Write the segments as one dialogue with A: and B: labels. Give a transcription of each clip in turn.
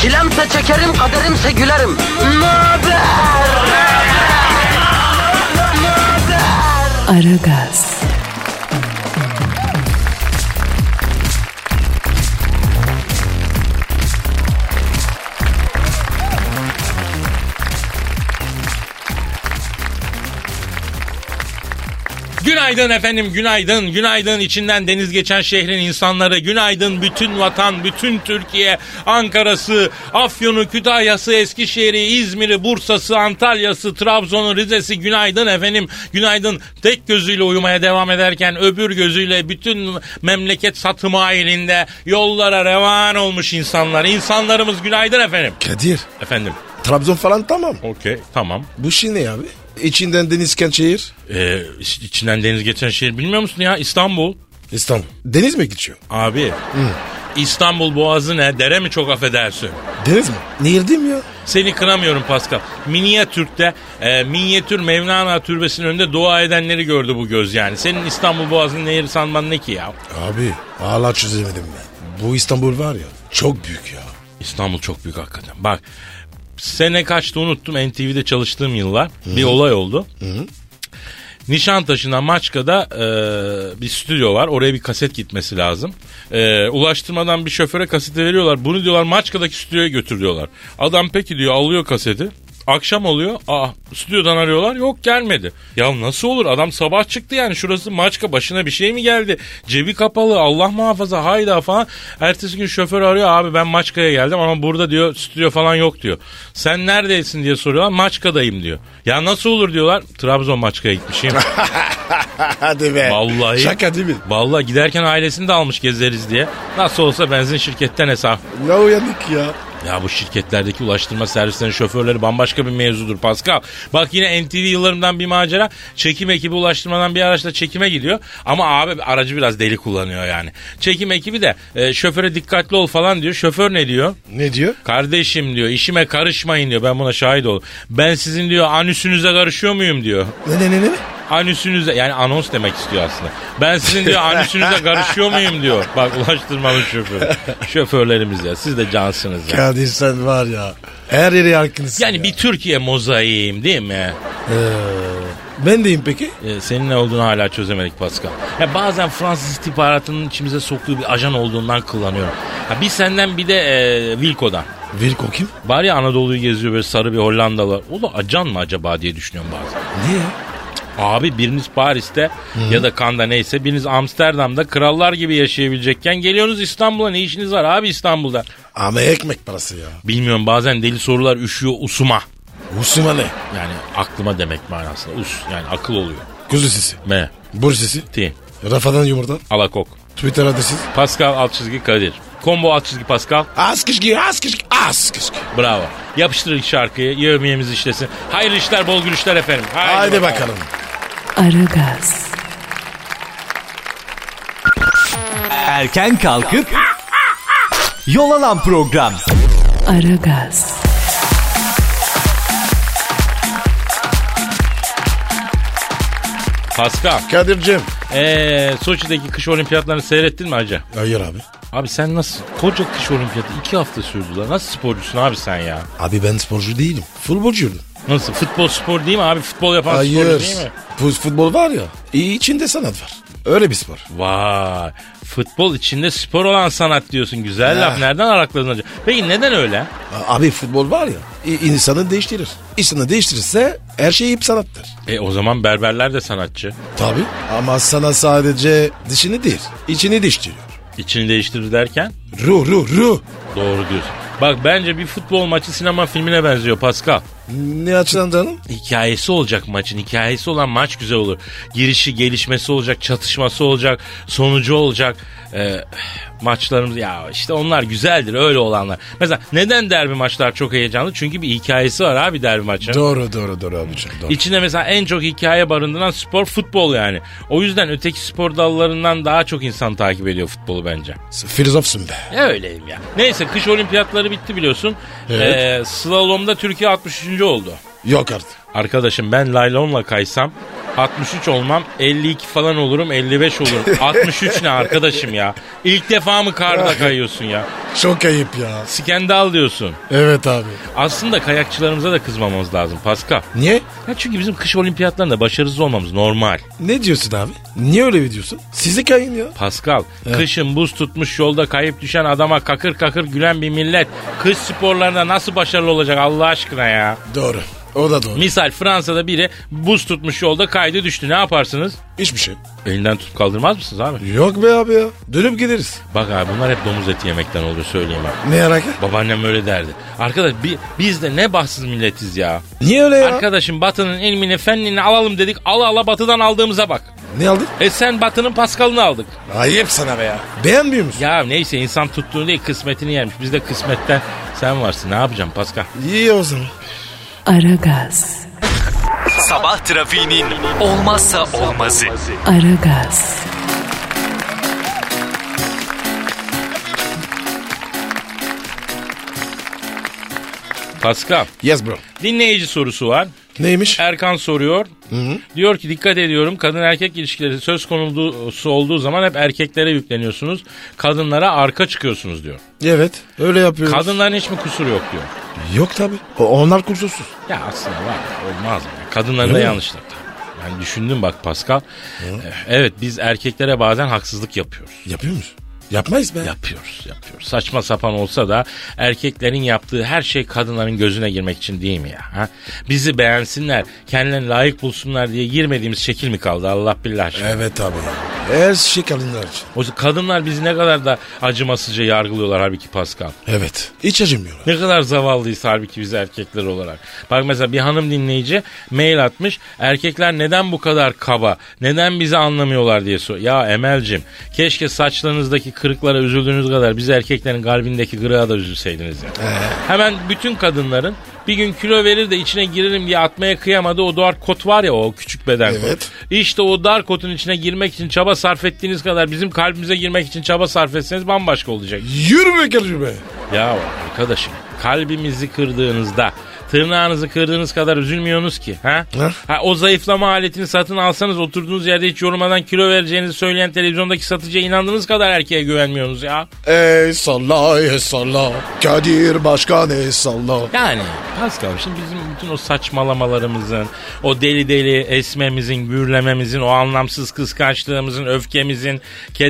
A: Çilemse çekerim, kaderimse gülerim. Möber!
B: Aragaz,
C: Günaydın efendim, günaydın. Günaydın içinden deniz geçen şehrin insanları. Günaydın bütün vatan, bütün Türkiye. Ankara'sı, Afyon'u, Kütahya'sı, Eskişehir'i, İzmir'i, Bursa'sı, Antalya'sı, Trabzon'u, Rize'si. Günaydın efendim, günaydın. Tek gözüyle uyumaya devam ederken öbür gözüyle bütün memleket satım ailinde yollara revan olmuş insanlar. İnsanlarımız günaydın efendim.
D: Kadir.
C: Efendim,
D: Trabzon falan tamam.
C: okey, tamam.
D: Bu şey ne abi? İçinden deniz şehir.
C: Ee, iç- içinden deniz geçen şehir bilmiyor musun ya? İstanbul.
D: İstanbul. Deniz mi geçiyor?
C: Abi İstanbul Boğazı ne? Dere mi çok affedersin?
D: Deniz mi? Nehirdim ya.
C: Seni kınamıyorum Pascal. Minyatürk'te e, minyatür Mevlana Türbesi'nin önünde dua edenleri gördü bu göz yani. Senin İstanbul Boğazı'nın nehir sanman ne ki ya?
D: Abi hala çözemedim ben. Bu İstanbul var ya çok büyük ya.
C: İstanbul çok büyük hakikaten. Bak sene kaçtı unuttum NTV'de çalıştığım yıllar. Bir olay oldu. Nişantaşı'na Maçka'da e, bir stüdyo var. Oraya bir kaset gitmesi lazım. E, ulaştırmadan bir şoföre kaseti veriyorlar. Bunu diyorlar Maçka'daki stüdyoya götür diyorlar. Adam peki diyor alıyor kaseti. Akşam oluyor. Aa stüdyodan arıyorlar. Yok gelmedi. Ya nasıl olur? Adam sabah çıktı yani. Şurası Maçka başına bir şey mi geldi? Cebi kapalı. Allah muhafaza hayda falan. Ertesi gün şoför arıyor. Abi ben Maçka'ya geldim ama burada diyor stüdyo falan yok diyor. Sen neredesin diye soruyorlar. Maçka'dayım diyor. Ya nasıl olur diyorlar. Trabzon Maçka'ya gitmişim.
D: Hadi be.
C: Vallahi.
D: Şaka değil mi?
C: Vallahi giderken ailesini de almış gezeriz diye. Nasıl olsa benzin şirketten hesap.
D: Ne uyanık ya.
C: Ya bu şirketlerdeki ulaştırma servislerinin şoförleri bambaşka bir mevzudur Pascal. Bak yine NTV yıllarımdan bir macera. Çekim ekibi ulaştırmadan bir araçla çekime gidiyor. Ama abi aracı biraz deli kullanıyor yani. Çekim ekibi de e, şoföre dikkatli ol falan diyor. Şoför ne diyor?
D: Ne diyor?
C: Kardeşim diyor işime karışmayın diyor. Ben buna şahit oldum. Ben sizin diyor anüsünüze karışıyor muyum diyor.
D: Ne ne ne ne?
C: anüsünüze yani anons demek istiyor aslında. Ben sizin diyor anüsünüze karışıyor muyum diyor. Bak ulaştırmalı şoför. Şoförlerimiz ya siz de cansınız ya.
D: Kadir sen var ya. Her yere yakınsın
C: Yani
D: ya.
C: bir Türkiye mozaiğim değil mi?
D: Ben deyim peki?
C: Ee, senin ne olduğunu hala çözemedik Pascal. Ya bazen Fransız istihbaratının içimize soktuğu bir ajan olduğundan kullanıyorum. Ha, bir senden bir de e, Wilco'dan.
D: Virko kim?
C: Var ya Anadolu'yu geziyor böyle sarı bir Hollandalı. O da ajan mı acaba diye düşünüyorum bazen.
D: Niye? ya?
C: Abi biriniz Paris'te ya da Kanda neyse biriniz Amsterdam'da krallar gibi yaşayabilecekken geliyorsunuz İstanbul'a ne işiniz var abi İstanbul'da?
D: Ama ekmek parası ya.
C: Bilmiyorum bazen deli sorular üşüyor usuma.
D: Usuma ne?
C: Yani aklıma demek manasında us yani akıl oluyor.
D: Kuzu sesi.
C: M.
D: Bur sesi.
C: T.
D: Rafadan yumurta.
C: Alakok.
D: Twitter adresi.
C: Pascal alt çizgi Kadir. Combo alt çizgi Pascal.
D: Az kışkı, az kışkı, az kışkı.
C: Bravo. Yapıştırın şarkıyı. Yevmiyemiz işlesin. Hayırlı işler bol gülüşler efendim. Haydi,
D: Haydi bakalım.
B: Aragaz,
E: Erken kalkıp yol alan program.
B: Aragaz,
C: Pascal.
D: Kadir'cim.
C: Ee, Soçi'deki kış olimpiyatlarını seyrettin mi hacı?
D: Hayır abi.
C: Abi sen nasıl koca kış olimpiyatı iki hafta sürdü lan. Nasıl sporcusun abi sen ya?
D: Abi ben sporcu değilim. Futbolcuyum.
C: Nasıl futbol spor değil mi abi? Futbol yapan
D: Hayır.
C: sporcu değil mi?
D: Fut- futbol var ya. i- içinde sanat var. Öyle bir spor.
C: Vay. Futbol içinde spor olan sanat diyorsun. Güzel
D: Ha.
C: laf. Nereden arakladın acaba? Peki neden öyle?
D: A- Abi futbol var ya. i- insanı değiştirir. İnsanı değiştirirse her şey hep sanattır.
C: E o zaman berberler de sanatçı.
D: Tabii. Ama sana sadece dışını değil. içini değiştiriyor.
C: İçini değiştirir derken
D: Ruh ruh ruh.
C: doğru diyorsun. Bak bence bir futbol maçı sinema filmine benziyor Pascal.
D: Ne açıdan canım?
C: Hikayesi olacak maçın. Hikayesi olan maç güzel olur. Girişi, gelişmesi olacak, çatışması olacak, sonucu olacak. Ee, Maçlarımız ya işte onlar güzeldir öyle olanlar. Mesela neden derbi maçlar çok heyecanlı? Çünkü bir hikayesi var abi derbi maçı.
D: Doğru doğru doğru abicim. Doğru.
C: İçinde mesela en çok hikaye barındıran spor futbol yani. O yüzden öteki spor dallarından daha çok insan takip ediyor futbolu bence.
D: Filozofsun be.
C: Ya öyleyim ya. Neyse kış olimpiyatları bitti biliyorsun.
D: Evet.
C: Ee, slalomda Türkiye 63. oldu.
D: Yok artık.
C: Arkadaşım ben laylonla kaysam 63 olmam 52 falan olurum 55 olurum. 63 ne arkadaşım ya? İlk defa mı karda kayıyorsun ya?
D: Çok ayıp ya.
C: Skandal diyorsun.
D: Evet abi.
C: Aslında kayakçılarımıza da kızmamamız lazım Pascal.
D: Niye?
C: Ya çünkü bizim kış olimpiyatlarında başarısız olmamız normal.
D: Ne diyorsun abi? Niye öyle diyorsun? Sizi kayın ya.
C: Pascal, kışın buz tutmuş yolda kayıp düşen adama kakır kakır gülen bir millet kış sporlarında nasıl başarılı olacak Allah aşkına ya?
D: Doğru. O da doğru.
C: Misal Fransa'da biri buz tutmuş yolda kaydı düştü ne yaparsınız?
D: Hiçbir şey.
C: Elinden tutup kaldırmaz mısınız abi?
D: Yok be abi ya. Dönüp gideriz.
C: Bak abi bunlar hep domuz eti yemekten oluyor söyleyeyim abi.
D: Ne alaka?
C: Babaannem öyle derdi. Arkadaş bi- biz de ne bahtsız milletiz ya.
D: Niye öyle ya?
C: Arkadaşım batının ilmini fennini alalım dedik. Ala ala batıdan aldığımıza bak.
D: Ne aldın?
C: E sen batının paskalını aldık.
D: Ayıp sana be ya. Beğenmiyor musun?
C: Ya neyse insan tuttuğunu değil kısmetini yermiş. Biz de kısmetten sen varsın ne yapacağım Pascal?
D: İyi o zaman.
B: Aragaz,
E: Sabah trafiğinin olmazsa olmazı.
B: Aragaz,
C: Pascal
D: Yes bro.
C: dinleyici sorusu var.
D: Neymiş?
C: Erkan soruyor. Diyor ki dikkat ediyorum kadın erkek ilişkileri söz konusu olduğu zaman hep erkeklere yükleniyorsunuz. Kadınlara arka çıkıyorsunuz diyor.
D: Evet. Öyle yapıyoruz.
C: Kadınların hiç mi kusuru yok diyor.
D: Yok tabi. onlar kusursuz.
C: Ya aslında var ya, olmaz mı? Kadınların da
D: Öyle mi?
C: yanlışlık. Ben düşündüm bak Pascal. Eh, Evet biz erkeklere bazen haksızlık yapıyoruz.
D: Yapıyor musun? Yapmayız be.
C: Yapıyoruz yapıyoruz. Saçma sapan olsa da erkeklerin yaptığı her şey kadınların gözüne girmek için değil mi ya? Ha? Bizi beğensinler, kendilerini layık bulsunlar diye girmediğimiz şekil mi kaldı Allah billah. aşkına?
D: Evet abi. Her şey kadınlar için.
C: Oysa kadınlar bizi ne kadar da acımasızca yargılıyorlar halbuki Pascal.
D: Evet. Hiç acımıyorlar.
C: Ne kadar zavallıyız halbuki biz erkekler olarak. Bak mesela bir hanım dinleyici mail atmış. Erkekler neden bu kadar kaba? Neden bizi anlamıyorlar diye soruyor. Ya Emel'cim keşke saçlarınızdaki kırıklara üzüldüğünüz kadar biz erkeklerin kalbindeki kırığa da üzülseydiniz ya. Hemen bütün kadınların bir gün kilo verir de içine girerim diye atmaya kıyamadığı o dar kot var ya o küçük beden kotu.
D: Evet.
C: İşte o dar kotun içine girmek için çaba sarf ettiğiniz kadar bizim kalbimize girmek için çaba sarf etseniz bambaşka olacak.
D: Yürü be karıcı be.
C: Ya arkadaşım kalbimizi kırdığınızda tırnağınızı kırdığınız kadar üzülmüyorsunuz ki. Ha?
D: Heh.
C: ha? O zayıflama aletini satın alsanız oturduğunuz yerde hiç yorulmadan kilo vereceğinizi söyleyen televizyondaki satıcıya inandığınız kadar erkeğe güvenmiyorsunuz ya.
D: Ey salla ey salla. Kadir başkan ey salla.
C: Yani Pascal şimdi bizim bütün o saçmalamalarımızın, o deli deli esmemizin, gürlememizin, o anlamsız kıskançlığımızın, öfkemizin,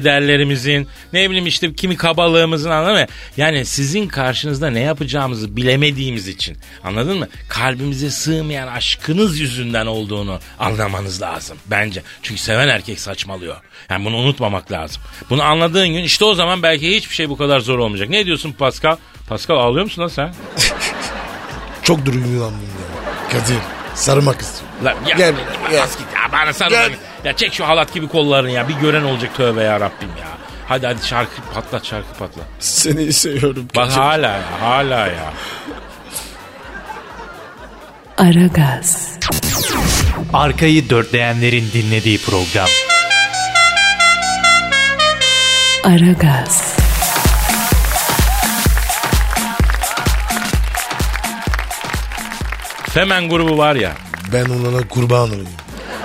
C: kederlerimizin, ne bileyim işte kimi kabalığımızın anladın mı? Yani sizin karşınızda ne yapacağımızı bilemediğimiz için anladın mı? Kalbimize sığmayan aşkınız yüzünden olduğunu anlamanız lazım bence. Çünkü seven erkek saçmalıyor. Yani bunu unutmamak lazım. Bunu anladığın gün işte o zaman belki hiçbir şey bu kadar zor olmayacak. Ne diyorsun Pascal? Pascal ağlıyor musun lan sen?
D: Çok duygulandım ya. Kadir sarılmak istiyorum.
C: Lan ya,
D: Gel, gel.
C: bas git ya bana sarıl.
D: Gel.
C: Ya çek şu halat gibi kollarını ya bir gören olacak tövbe ya Rabbim ya. Hadi hadi şarkı patlat şarkı patlat.
D: Seni seviyorum
C: Bak
D: Kadir.
C: hala ya hala ya.
B: Aragaz,
E: Arkayı dörtleyenlerin dinlediği program.
B: Aragaz,
C: Femen grubu var ya
D: Ben onlara kurban olayım.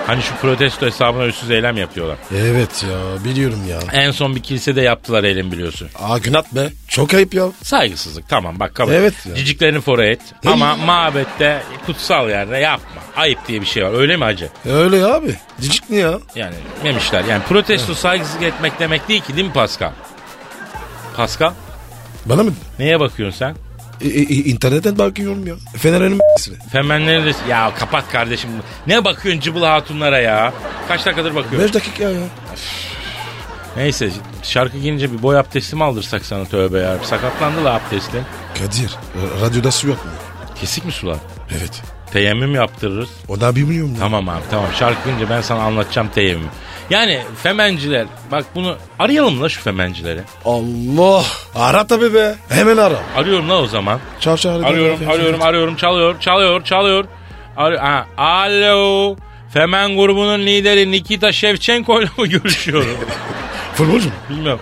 C: hani şu protesto hesabına üstsüz eylem yapıyorlar.
D: Evet ya biliyorum ya.
C: En son bir kilisede yaptılar eylem biliyorsun.
D: Aa günat be. Çok ayıp ya.
C: Saygısızlık tamam bak kabul.
D: Evet ya.
C: Ciciklerini fora et ama mabette kutsal yerde yapma. Ayıp diye bir şey var öyle mi hacı?
D: E, Öyle ya abi. Cicik ne ya?
C: Yani demişler yani protesto saygısızlık etmek demek değil ki değil mi Pascal? Pascal
D: Bana mı?
C: neye bakıyorsun sen?
D: E, e, internetten bakıyorum ya. Fener'in
C: Femenleri de... Ya kapat kardeşim. Ne bakıyorsun cıbıl hatunlara ya? Kaç dakikadır
D: 5
C: bakıyorsun?
D: dakika ya.
C: Neyse şarkı gelince bir boy abdesti mi aldırsak sana tövbe ya? Sakatlandı la abdestin.
D: Kadir e, radyoda su yok mu?
C: Kesik mi sular?
D: Evet.
C: Teyemmüm yaptırırız.
D: O da bilmiyorum ya.
C: Tamam abi tamam şarkı gelince ben sana anlatacağım teyemmüm. Yani femenciler bak bunu arayalım la şu femencileri.
D: Allah. Ara tabii be. Hemen ara.
C: Arıyorum la o zaman.
D: Çağır çağır.
C: Arıyorum arıyorum arıyorum çalıyor çalıyor çalıyor. Ar- ha, alo. Femen grubunun lideri Nikita Shevchenko ile mi görüşüyorum?
D: Futbolcu mu?
C: Bilmiyorum.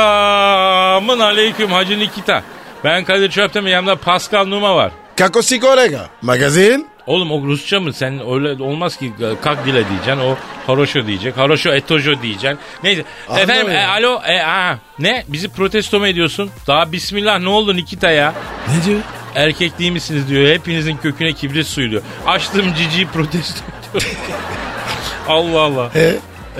C: Selamın aleyküm Hacı Nikita. Ben Kadir Çöptemir yanımda Pascal Numa var.
D: Kakosi kolega. Magazin.
C: Oğlum o Rusça mı? Sen öyle olmaz ki e, kak dile diyeceksin. O haroşo diyecek. Haroşo etojo diyeceksin. Neyse.
D: Anlamıyorum.
C: Efendim e, alo. E, aa, ne? Bizi protesto mu ediyorsun? Daha bismillah ne oldu Nikita ya?
D: Ne diyor?
C: Erkek değil misiniz diyor. Hepinizin köküne kibrit suyu diyor. Açtığım ciciyi protesto ediyorum. Allah Allah.
D: E,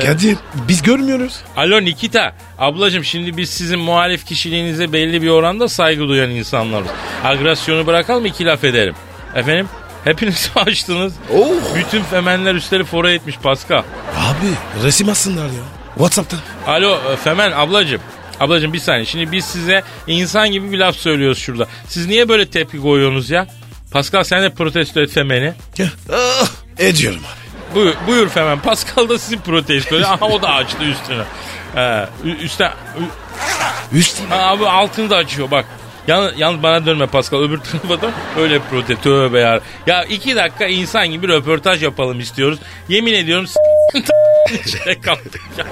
D: Kadir biz görmüyoruz.
C: Alo Nikita. Ablacım şimdi biz sizin muhalif kişiliğinize belli bir oranda saygı duyan insanlarız. Agresyonu bırakalım iki laf ederim. Efendim? Hepiniz açtınız.
D: Oh.
C: Bütün femenler üstleri fora etmiş Pascal.
D: Abi resim atsınlar ya. Whatsapp'ta.
C: Alo e, Femen ablacım. Ablacım bir saniye. Şimdi biz size insan gibi bir laf söylüyoruz şurada. Siz niye böyle tepki koyuyorsunuz ya? Pascal sen de protesto et Femen'i.
D: Ya, ah, ediyorum abi.
C: Buyur, buyur Femen. Pascal da sizi protesto ediyor. Aha o da açtı üstünü. Ee, ü- üstten, ü-
D: Üst.
C: ha, abi altını da açıyor bak. Yalnız, yalnız bana dönme Pascal öbür tarafa da öyle protesto. Tövbe ya. Ya iki dakika insan gibi röportaj yapalım istiyoruz. Yemin ediyorum s*** kaldık ya.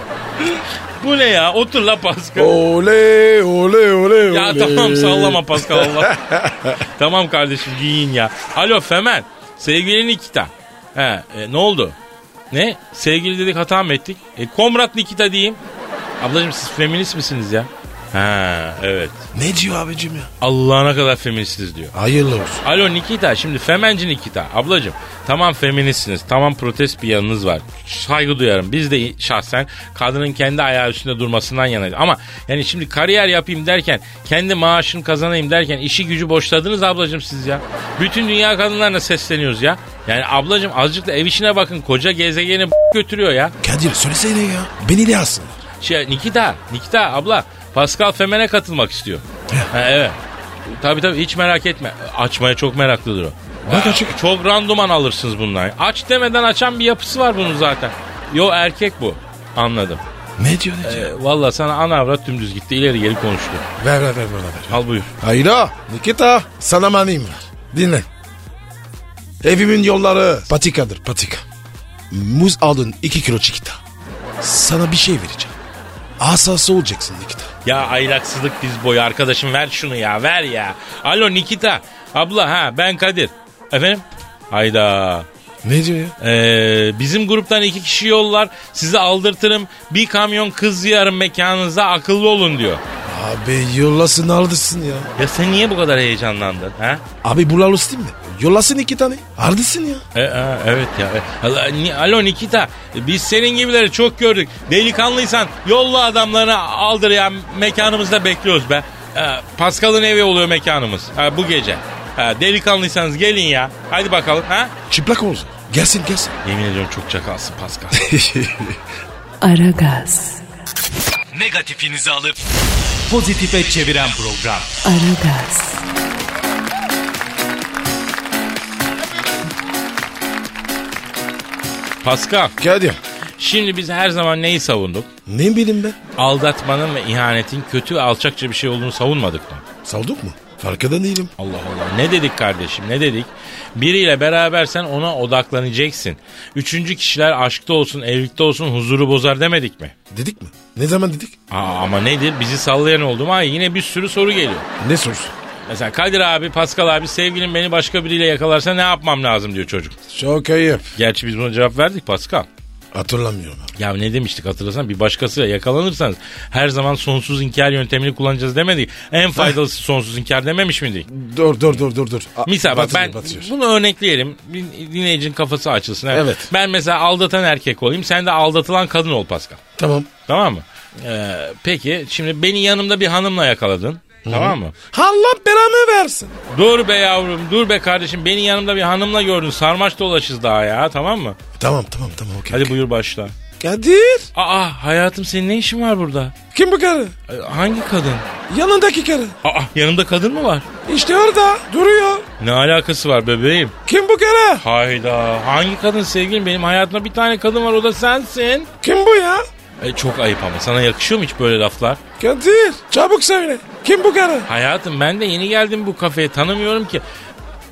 C: Bu ne ya? Otur la Pascal.
D: Oley oley oley
C: Ya
D: oley.
C: tamam sallama Pascal Allah. tamam kardeşim giyin ya. Alo Femen. Sevgili Nikita. He, e, ne oldu? Ne? Sevgili dedik hata mı ettik? E, Komrat Nikita diyeyim. Ablacığım siz feminist misiniz ya? Ha evet.
D: Ne diyor abicim ya?
C: Allah'ına kadar feministiz diyor.
D: Hayırlı olsun.
C: Alo Nikita şimdi femenci Nikita. Ablacığım tamam feministsiniz. Tamam protest bir yanınız var. Saygı duyarım. Biz de şahsen kadının kendi ayağı üstünde durmasından yanayız. Ama yani şimdi kariyer yapayım derken kendi maaşını kazanayım derken işi gücü boşladınız ablacığım siz ya. Bütün dünya kadınlarına sesleniyoruz ya. Yani ablacığım azıcık da ev işine bakın. Koca gezegeni götürüyor ya.
D: Kadir söylesene ya. Beni de alsınlar.
C: Şey, Nikita, Nikita abla Pascal Femen'e katılmak istiyor. ha, evet. Tabii tabii hiç merak etme. Açmaya çok meraklıdır o.
D: Bak
C: Ya,
D: açık.
C: Çok randuman alırsınız bundan. Aç demeden açan bir yapısı var bunun zaten. Yo erkek bu. Anladım.
D: Ne diyor ne diyor?
C: Ee, Valla sana ana avrat dümdüz gitti ileri geri konuştu.
D: Ver ver ver bana ver.
C: Al buyur.
D: Hayra Nikita sana maneyim var. Dinle. Evimin yolları patikadır patika. Muz aldın 2 kilo çikita. Sana bir şey vereceğim. Asası olacaksın Nikita.
C: Ya aylaksızlık biz boyu arkadaşım ver şunu ya ver ya. Alo Nikita. Abla ha ben Kadir. Efendim? Hayda.
D: Ne diyor ya?
C: Ee, bizim gruptan iki kişi yollar. Sizi aldırtırım. Bir kamyon kız yarım mekanınıza akıllı olun diyor.
D: Abi yollasın aldısın ya.
C: Ya sen niye bu kadar heyecanlandın? Ha?
D: Abi bulalım değil mi? Yollasın iki tane. Ardısın ya.
C: E, e, evet ya. E, ala- ni- Alo Nikita. Biz senin gibileri çok gördük. Delikanlıysan yolla adamlarını aldır ya. Mekanımızda bekliyoruz be. E, Pascal'ın evi oluyor mekanımız. E, bu gece. E, delikanlıysanız gelin ya. Hadi bakalım. Ha?
D: Çıplak olsun. Gelsin gelsin.
C: Yemin ediyorum çok çakalsın Pascal.
B: Aragaz,
E: Negatifinizi alıp pozitife çeviren program.
B: Aragaz,
C: Pascal.
D: Kadir.
C: Şimdi biz her zaman neyi savunduk?
D: Ne bileyim ben.
C: aldatmanın ve ihanetin kötü ve alçakça bir şey olduğunu savunmadık mı?
D: Salduk mu? Farkında değilim.
C: Allah Allah. Ne dedik kardeşim ne dedik? Biriyle berabersen ona odaklanacaksın. Üçüncü kişiler aşkta olsun, evlilikte olsun huzuru bozar demedik mi?
D: Dedik mi? Ne zaman dedik?
C: Aa, ama nedir? Bizi sallayan oldu mu? Ay yine bir sürü soru geliyor.
D: Ne sorusun?
C: Mesela Kadir abi, Pascal abi sevgilim beni başka biriyle yakalarsa ne yapmam lazım diyor çocuk.
D: Çok ayıp.
C: Gerçi biz buna cevap verdik Pascal.
D: Hatırlamıyorum abi.
C: Ya ne demiştik hatırlasan bir başkasıyla yakalanırsanız her zaman sonsuz inkar yöntemini kullanacağız demedik. En faydalısı sonsuz inkar dememiş miydik?
D: Dur dur dur dur dur. A-
C: Misal bak
D: batırıyor,
C: ben
D: batırıyor.
C: bunu örnekleyelim. Din- Dinleyicinin kafası açılsın.
D: Evet.
C: Ben mesela aldatan erkek olayım. Sen de aldatılan kadın ol Pascal.
D: Tamam.
C: Tamam mı? Ee, peki şimdi beni yanımda bir hanımla yakaladın. Tamam mı?
D: Allah belanı versin.
C: Dur be yavrum dur be kardeşim. Beni yanımda bir hanımla gördün. Sarmaş dolaşız daha ya tamam mı?
D: Tamam tamam tamam okey.
C: Hadi buyur başla.
D: Kadir.
C: Aa hayatım senin ne işin var burada?
D: Kim bu karı?
C: Ee, hangi kadın?
D: Yanındaki karı.
C: Aa yanımda kadın mı var?
D: İşte orada duruyor.
C: Ne alakası var bebeğim?
D: Kim bu kere?
C: Hayda. Hangi kadın sevgilim? Benim hayatımda bir tane kadın var o da sensin.
D: Kim bu ya?
C: E, çok ayıp ama sana yakışıyor mu hiç böyle laflar?
D: Kadir çabuk söyle. Kim bu kere?
C: Hayatım ben de yeni geldim bu kafeye tanımıyorum ki.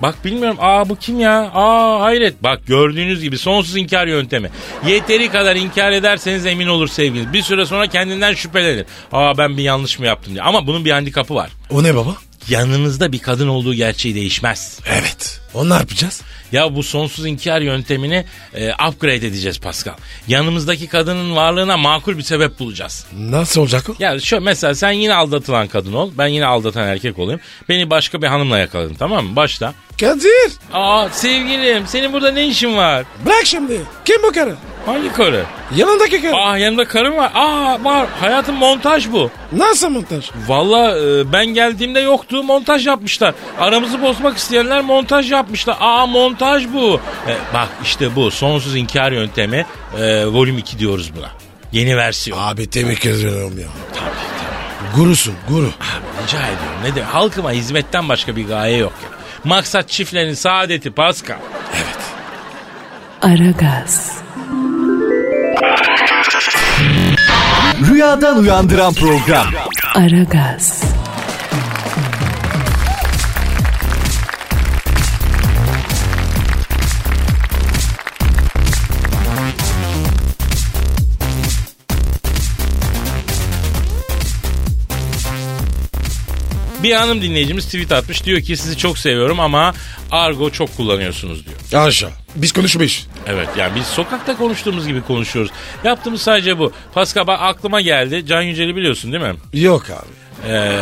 C: Bak bilmiyorum aa bu kim ya aa hayret bak gördüğünüz gibi sonsuz inkar yöntemi. Yeteri kadar inkar ederseniz emin olur sevgiliniz. Bir süre sonra kendinden şüphelenir. Aa ben bir yanlış mı yaptım diye ama bunun bir handikapı var.
D: O ne baba?
C: Yanınızda bir kadın olduğu gerçeği değişmez.
D: Evet. Onu ne yapacağız?
C: Ya bu sonsuz inkar yöntemini e, upgrade edeceğiz Pascal. Yanımızdaki kadının varlığına makul bir sebep bulacağız.
D: Nasıl olacak o?
C: Ya şu mesela sen yine aldatılan kadın ol. Ben yine aldatan erkek olayım. Beni başka bir hanımla yakaladın tamam mı? Başla.
D: Kadir
C: Aa sevgilim senin burada ne işin var?
D: bırak şimdi. Kim bu karı?
C: Hangi karı?
D: Yanındaki karı.
C: Aa yanımda karım var. Aa var. Hayatım montaj bu.
D: Nasıl montaj?
C: Valla e, ben geldiğimde yoktu montaj yapmışlar. Aramızı bozmak isteyenler montaj yapmışlar. Aa montaj bu. E, bak işte bu sonsuz inkar yöntemi e, volüm 2 diyoruz buna. Yeni versiyon.
D: Abi tebrik ediyorum ya. Gurusun guru.
C: Rica ediyorum. Ne de halkıma hizmetten başka bir gaye yok ya. Maksat çiftlerin saadeti Pascal.
B: Aragaz,
E: Rüyadan uyandıran program.
B: Aragaz,
C: Bir hanım dinleyicimiz tweet atmış. Diyor ki sizi çok seviyorum ama argo çok kullanıyorsunuz diyor.
D: Aşağı. Biz konuşmayız.
C: Evet yani biz sokakta konuştuğumuz gibi konuşuyoruz. Yaptığımız sadece bu. Pascal bak aklıma geldi. Can Yücel'i biliyorsun değil mi?
D: Yok abi.
C: Ee,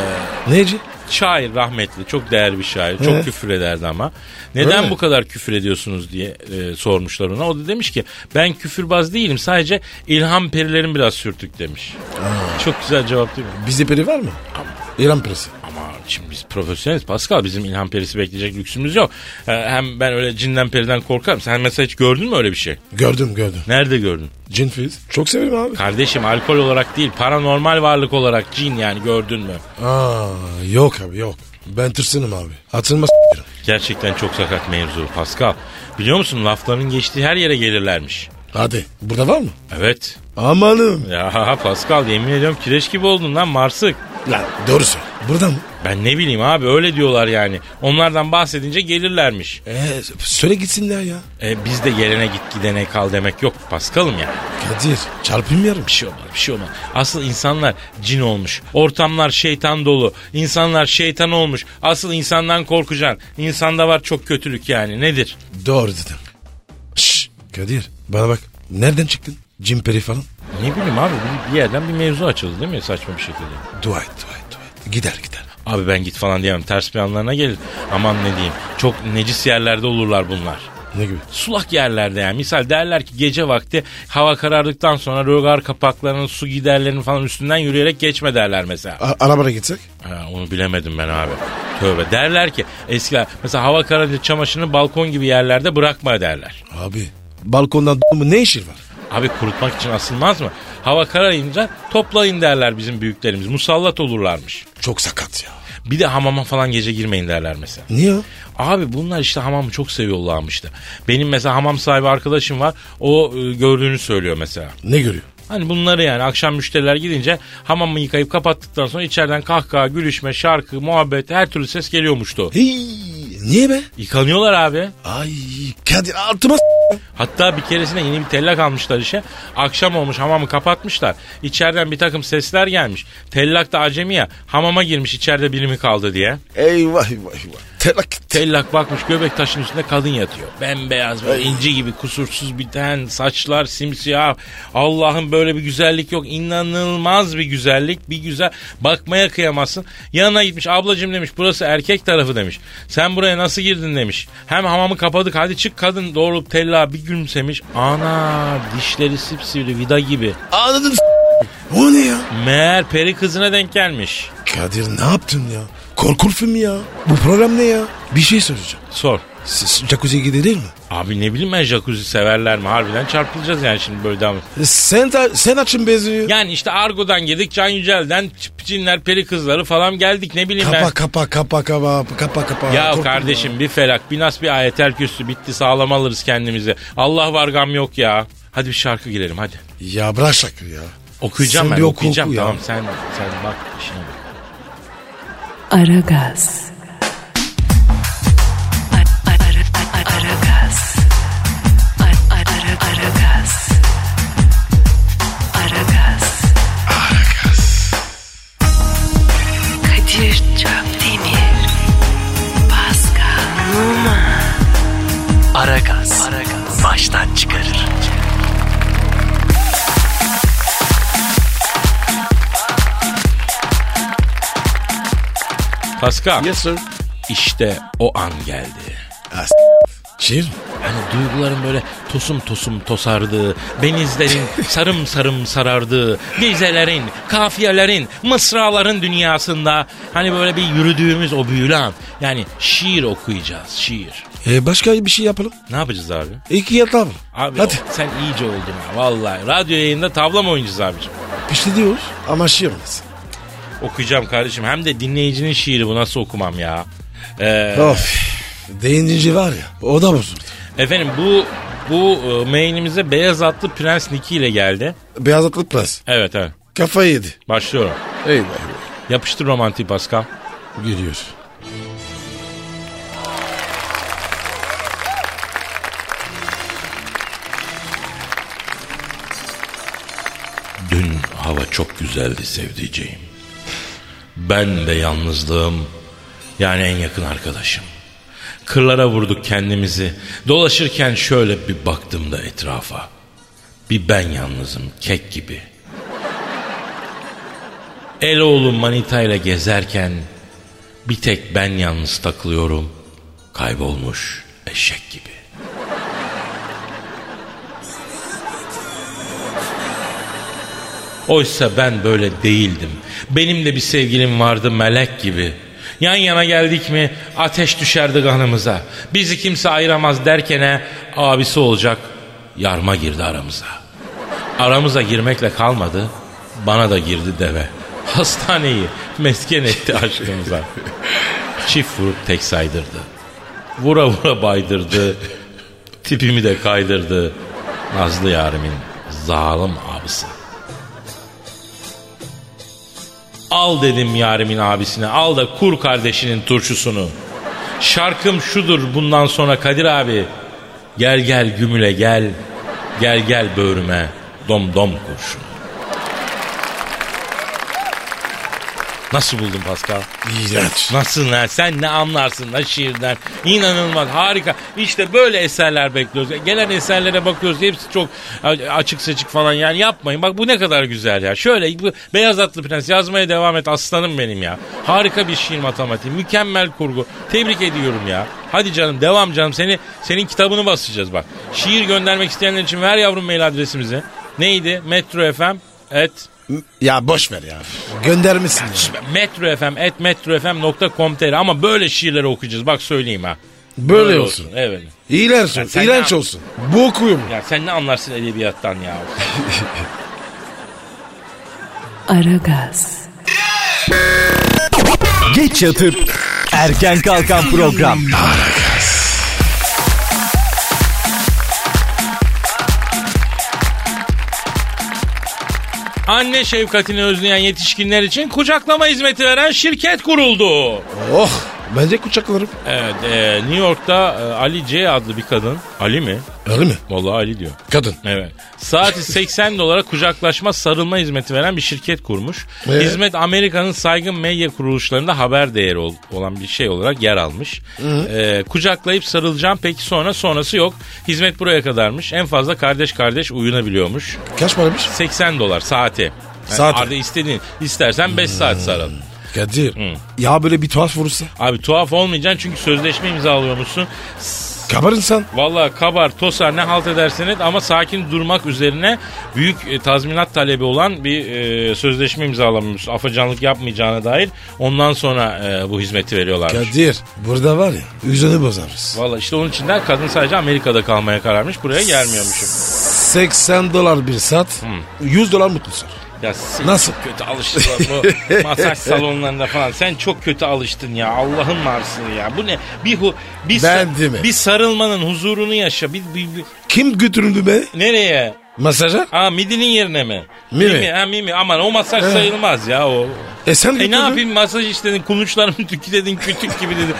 D: Neci?
C: şair rahmetli. Çok değerli bir şair. Çok
D: Evet.
C: küfür ederdi ama. Neden
D: mi?
C: bu kadar küfür ediyorsunuz diye e, sormuşlar ona. O da demiş ki ben küfürbaz değilim. Sadece ilham perilerim biraz sürtük demiş. Çok güzel cevap değil mi?
D: Bizde peri var mı? İran perisi.
C: Ama şimdi biz profesyoneliz Pascal bizim ilham perisi bekleyecek lüksümüz yok. Ee, Hem ben öyle cinden periden korkarım. Sen mesela hiç gördün mü öyle bir şey?
D: Gördüm gördüm.
C: Nerede gördün?
D: Cin fizz. Çok severim abi.
C: Kardeşim alkol olarak değil paranormal varlık olarak cin yani gördün mü?
D: Aa, yok abi yok. Ben tırsınım abi. Atılmaz
C: Gerçekten çok sakat mevzu Pascal. Biliyor musun lafların geçtiği her yere gelirlermiş.
D: Hadi. Burada var mı?
C: Evet.
D: Amanım.
C: Ya Pascal yemin ediyorum kireç gibi oldun lan Marsık.
D: Lan doğru söyle. Burada mı?
C: Ben ne bileyim abi öyle diyorlar yani. Onlardan bahsedince gelirlermiş.
D: Ee, söyle gitsinler ya.
C: E, biz de gelene git gidene kal demek yok Pascal'ım yani.
D: Kadir çarpılmıyorum.
C: Bir şey olmaz bir şey olmaz. Asıl insanlar cin olmuş. Ortamlar şeytan dolu. İnsanlar şeytan olmuş. Asıl insandan korkacaksın. İnsanda var çok kötülük yani nedir?
D: Doğru dedim. Şşş Kadir bana bak. Nereden çıktın? Cin peri falan.
C: Ne bileyim abi bir, bir yerden bir mevzu açıldı değil mi saçma bir şekilde.
D: Dua et dua et dua et. Gider gider.
C: Abi ben git falan diyemem ters planlarına gelir. Aman ne diyeyim çok necis yerlerde olurlar bunlar.
D: Ne gibi?
C: Sulak yerlerde yani. Misal derler ki gece vakti hava karardıktan sonra rögar kapaklarının su giderlerinin falan üstünden yürüyerek geçme derler mesela.
D: A- arabaya gitsek?
C: Ha, onu bilemedim ben abi. Tövbe. Derler ki eskiler mesela hava kararınca çamaşırını balkon gibi yerlerde bırakma derler.
D: Abi balkondan mı ne işin var?
C: Abi kurutmak için asılmaz mı? Hava kararınca toplayın derler bizim büyüklerimiz. Musallat olurlarmış.
D: Çok sakat ya.
C: Bir de hamama falan gece girmeyin derler mesela.
D: Niye o?
C: Abi bunlar işte hamamı çok seviyorlarmıştı. Benim mesela hamam sahibi arkadaşım var. O e, gördüğünü söylüyor mesela.
D: Ne görüyor?
C: Hani bunları yani akşam müşteriler gidince hamamı yıkayıp kapattıktan sonra içeriden kahkaha, gülüşme, şarkı, muhabbet her türlü ses geliyormuştu.
D: Hey, niye be?
C: Yıkanıyorlar abi.
D: Ay Kadir altıma
C: Hatta bir keresinde yeni bir tellak almışlar işe. Akşam olmuş hamamı kapatmışlar. İçeriden bir takım sesler gelmiş. Tellak da acemi ya hamama girmiş içeride birimi kaldı diye.
D: Eyvah eyvah eyvah. Telak
C: Tellak bakmış göbek taşının üstünde kadın yatıyor. Bembeyaz böyle inci gibi kusursuz biten saçlar simsiyah. Allah'ın böyle bir güzellik yok. İnanılmaz bir güzellik. Bir güzel bakmaya kıyamazsın. Yanına gitmiş ablacım demiş burası erkek tarafı demiş. Sen buraya nasıl girdin demiş. Hem hamamı kapadık hadi çık kadın doğrulup tellağa bir gülümsemiş. Ana dişleri sipsivri vida gibi.
D: Anladın O ne ya?
C: Meğer peri kızına denk gelmiş.
D: Kadir ne yaptın ya? Korku filmi ya. Bu program ne ya? Bir şey soracağım.
C: Sor.
D: Siz jacuzziye gidilir mi?
C: Abi ne bileyim ben jacuzzi severler mi? Harbiden çarpılacağız yani şimdi böyle devam.
D: Sen, ta- sen açın beziyor.
C: Yani işte Argo'dan geldik Can Yücel'den Çinler peri kızları falan geldik ne bileyim ben.
D: Kapa kapa kapa kapa kapa kapa.
C: Ya
D: Korktum
C: kardeşim bir felak bir nas bir ayetel küstü bitti sağlam alırız kendimizi. Allah var gam yok ya. Hadi bir şarkı girelim hadi.
D: Ya, ya bırak şakır ya.
C: Okuyacağım
D: Sen
C: ben
D: bir oku,
C: okuyacağım
D: oku ya.
C: tamam sen sen bak işine bak.
B: Aragaz. Aragaz. Aragaz. Aragaz. Kadir Çöptemir. Pascal Numa.
A: Aragaz. Baştan çıkarır.
C: Pascal
D: Yes sir.
C: işte o an geldi.
D: Şiir mi?
C: Yani duyguların böyle tosum tosum tosardığı, benizlerin sarım sarım sarardığı, gizelerin, kafiyelerin, mısraların dünyasında hani böyle bir yürüdüğümüz o büyülü an. Yani şiir okuyacağız, şiir.
D: E, başka bir şey yapalım.
C: Ne yapacağız abi?
D: İki yatalım.
C: Abi
D: Hadi.
C: o- sen iyice oldun ha vallahi. Radyo yayında tavla mı oynayacağız abicim?
D: Pişti diyoruz ama şey şiir olmasın.
C: Okuyacağım kardeşim. Hem de dinleyicinin şiiri bu nasıl okumam ya? Ee,
D: Of. Değinci var ya o da bozuldu.
C: efendim bu bu e, mailimize beyaz atlı prens Niki ile geldi.
D: Beyaz atlı prens.
C: Evet evet.
D: Kafayı yedi.
C: Başlıyorum.
D: Eyvah.
C: Yapıştır romantik Pascal.
D: Geliyor.
C: Dün hava çok güzeldi sevdiceğim. Ben de yalnızlığım yani en yakın arkadaşım. Kırlara vurduk kendimizi. Dolaşırken şöyle bir baktım da etrafa. Bir ben yalnızım kek gibi. Eloğlu manitayla gezerken bir tek ben yalnız takılıyorum. Kaybolmuş eşek gibi. Oysa ben böyle değildim. Benim de bir sevgilim vardı melek gibi. Yan yana geldik mi ateş düşerdi kanımıza. Bizi kimse ayıramaz derkene abisi olacak yarma girdi aramıza. Aramıza girmekle kalmadı bana da girdi deve. Hastaneyi mesken etti aşkımıza. Çift vurup tek saydırdı. Vura vura baydırdı. Tipimi de kaydırdı. Nazlı yarimin zalim abisi. Al dedim yarimin abisine al da kur kardeşinin turşusunu. Şarkım şudur bundan sonra Kadir abi. Gel gel gümüle gel. Gel gel böğrüme dom dom kurşun. Nasıl buldun Pascal?
D: İğrenç.
C: Nasıl lan? Sen ne anlarsın lan şiirden? İnanılmaz, harika. İşte böyle eserler bekliyoruz. Gelen eserlere bakıyoruz. Hepsi çok açık seçik falan yani yapmayın. Bak bu ne kadar güzel ya. Şöyle bu Beyaz Atlı Prens yazmaya devam et aslanım benim ya. Harika bir şiir matematiği, mükemmel kurgu. Tebrik ediyorum ya. Hadi canım devam canım. Seni senin kitabını basacağız bak. Şiir göndermek isteyenler için ver yavrum mail adresimizi. Neydi? Metro et
D: Ya boş ver ya. Göndermesin. ya.
C: metrofm et metrofm.com.tr ama böyle şiirleri okuyacağız bak söyleyeyim ha.
D: Böyle, olsun.
C: Evet.
D: İğrenç olsun.
C: sen
D: İğrenç
C: ne-
D: olsun. Bu okuyor mu?
C: Ya sen ne anlarsın edebiyattan ya.
B: Aragaz.
E: Geç yatıp erken kalkan program.
C: Anne şefkatini özleyen yetişkinler için kucaklama hizmeti veren şirket kuruldu.
D: Oh. Ben de kucaklarım.
C: Evet e, New York'ta e, Ali C adlı bir kadın. Ali mi?
D: Öyle mi?
C: Vallahi Ali diyor.
D: Kadın.
C: Evet. Saati 80 dolara kucaklaşma sarılma hizmeti veren bir şirket kurmuş.
D: Evet.
C: Hizmet Amerika'nın saygın medya kuruluşlarında haber değeri ol- olan bir şey olarak yer almış. Ee, kucaklayıp sarılacağım peki sonra sonrası yok. Hizmet buraya kadarmış. En fazla kardeş kardeş uyunabiliyormuş.
D: Kaç paraymış?
C: 80 dolar saati. Yani
D: Saati.
C: arada istediğin istersen 5 saat sarıl.
D: Kadir. Ya böyle bir tuhaf vurursa.
C: Abi tuhaf olmayacaksın çünkü sözleşme imzalıyormuşsun. S-
D: Kabar insan.
C: Valla kabar, tosar ne halt edersiniz ama sakin durmak üzerine büyük e, tazminat talebi olan bir e, sözleşme imzalamış. Afacanlık yapmayacağına dair ondan sonra e, bu hizmeti veriyorlar.
D: Kadir burada var ya yüzünü bozarız.
C: Valla işte onun içinden kadın sadece Amerika'da kalmaya kararmış. Buraya gelmiyormuşum.
D: 80 dolar bir saat 100 dolar mutlusun.
C: Ya sen
D: Nasıl?
C: çok kötü alıştın lan bu masaj salonlarında falan. Sen çok kötü alıştın ya. Allah'ın marsını ya. Bu ne? Bir hu, bir, sa-
D: Ben değil mi?
C: bir sarılmanın huzurunu yaşa. Bir, bir- bir-
D: Kim götürüldü be?
C: nereye?
D: Masaja?
C: Aa midinin yerine mi?
D: Mimi.
C: ha, mimi. Aman o masaj sayılmaz ya o.
D: E sen
C: E
D: götürdün.
C: ne yapayım masaj işledin kulunçlarımı tükü dedin kütük gibi dedin.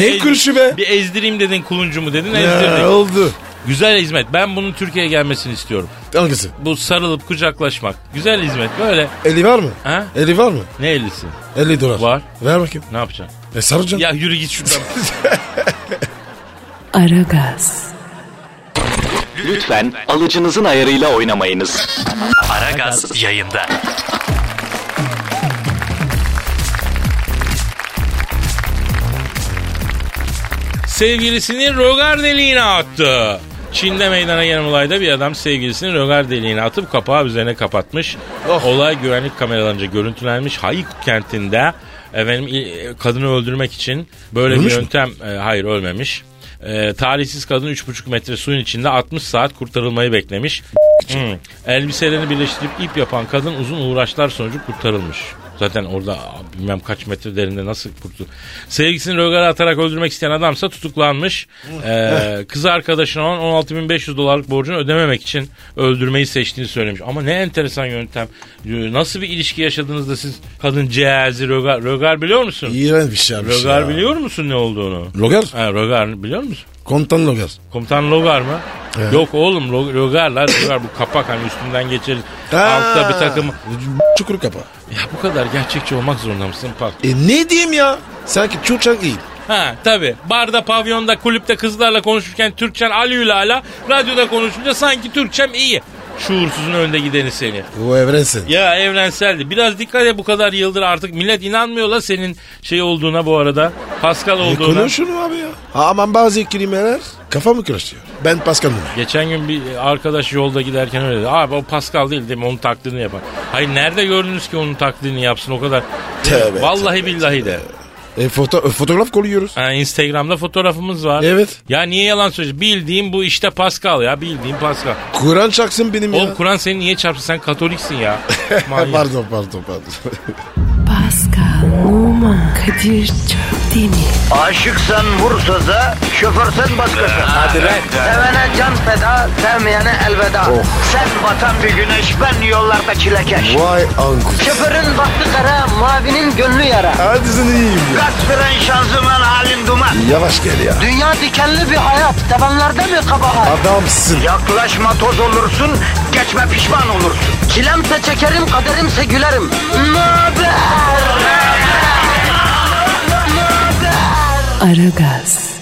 D: Ne kurşu be?
C: Bir ezdireyim dedin kuluncumu dedin
D: Ya,
C: ezdirdin.
D: oldu.
C: Güzel hizmet ben bunun Türkiye'ye gelmesini istiyorum.
D: Hangisi?
C: Bu sarılıp kucaklaşmak güzel hizmet böyle.
D: Eli var mı?
C: Ha?
D: Eli var mı?
C: Ne ellisi?
D: 50 dolar.
C: Var.
D: Ver bakayım.
C: Ne yapacaksın?
D: E sarıcan.
C: Ya yürü git şuradan.
B: Aragaz,
F: Lütfen alıcınızın ayarıyla oynamayınız. Aragaz yayında.
C: Sevgilisini rogar deliğine attı. Çin'de meydana gelen olayda bir adam sevgilisini rogar deliğine atıp kapağı üzerine kapatmış.
D: Of.
C: Olay güvenlik kameralarınca görüntülenmiş. Hayik kentinde efendim il- kadını öldürmek için böyle
D: Ölmüş
C: bir
D: mü?
C: yöntem e, hayır ölmemiş. E, talihsiz kadın 3,5 metre suyun içinde 60 saat kurtarılmayı beklemiş. Hmm. Elbiselerini birleştirip ip yapan kadın uzun uğraşlar sonucu kurtarılmış. Zaten orada aa, bilmem kaç metre derinde nasıl kurtul. Sevgisini rögara atarak öldürmek isteyen adamsa tutuklanmış. Ee, kız arkadaşına olan 16.500 dolarlık borcunu ödememek için öldürmeyi seçtiğini söylemiş. Ama ne enteresan yöntem. Ee, Nasıl bir ilişki yaşadığınızda siz kadın cehazi rögar, rögar biliyor musun?
D: İğrenç bir şey abi.
C: Rögar biliyor musun ne olduğunu?
D: Logar?
C: Ha, rögar biliyor musun?
D: Komutan Logar.
C: Komutan Logar mı? Yok oğlum Lo- Logarlar Logar bu kapak hani üstünden geçeriz. Altta bir takım.
D: Çukur kapağı.
C: Ya bu kadar gerçekçi olmak zorunda mısın Park?
D: E ne diyeyim ya? Sanki çurçak iyi.
C: Ha tabi. Barda, pavyonda, kulüpte kızlarla konuşurken Türkçen alüyle ala. Radyoda konuşunca sanki Türkçem iyi. Şuursuzun önde gideni seni.
D: Bu evrensin.
C: Ya evrenseldi. Biraz dikkat et bu kadar yıldır artık. Millet inanmıyor la senin şey olduğuna bu arada. Pascal
D: E,
C: olduğuna.
D: konuşun abi ya. Aman bazı kelimeler kafamı karıştırıyor. Ben Pascal Numa.
C: Geçen gün bir arkadaş yolda giderken öyle dedi. Abi o Pascal değil değil mi? Onun taklidini yapar. Hayır nerede gördünüz ki onun taklidini yapsın o kadar?
D: Tövbe,
C: Vallahi billahi de.
D: E, foto- e, fotoğraf koyuyoruz.
C: Ha, Instagram'da fotoğrafımız var.
D: Evet.
C: Ya niye yalan söylüyorsun? Bildiğim bu işte Pascal ya. Bildiğim Pascal.
D: Kur'an çaksın benim
C: Oğlum
D: ya.
C: Kur'an seni niye çarpsın? Sen Katoliksin ya.
D: Ha,
C: Manyak.
D: pardon pardon pardon.
B: Pascal, Oman, Kadir çok değil mi?
A: Aşıksan vursa da, şoförsen başkasın. Hadi Sevene can feda, sevmeyene elveda. Sen batan bir güneş, ben yollarda çilekeş.
D: Vay anku.
A: Şoförün baktı kara, mavinin gönlü yara.
D: Hadi sen iyiyim ya.
A: Kasperen şanzıman halin duman.
D: Yavaş gel ya.
A: Dünya dikenli bir hayat, sevenlerde mi kabahar?
D: Adamsın.
A: Yaklaşma toz olursun, geçme pişman olursun. Çilemse çekerim, kaderimse gülerim. Möber!
B: Aragaz.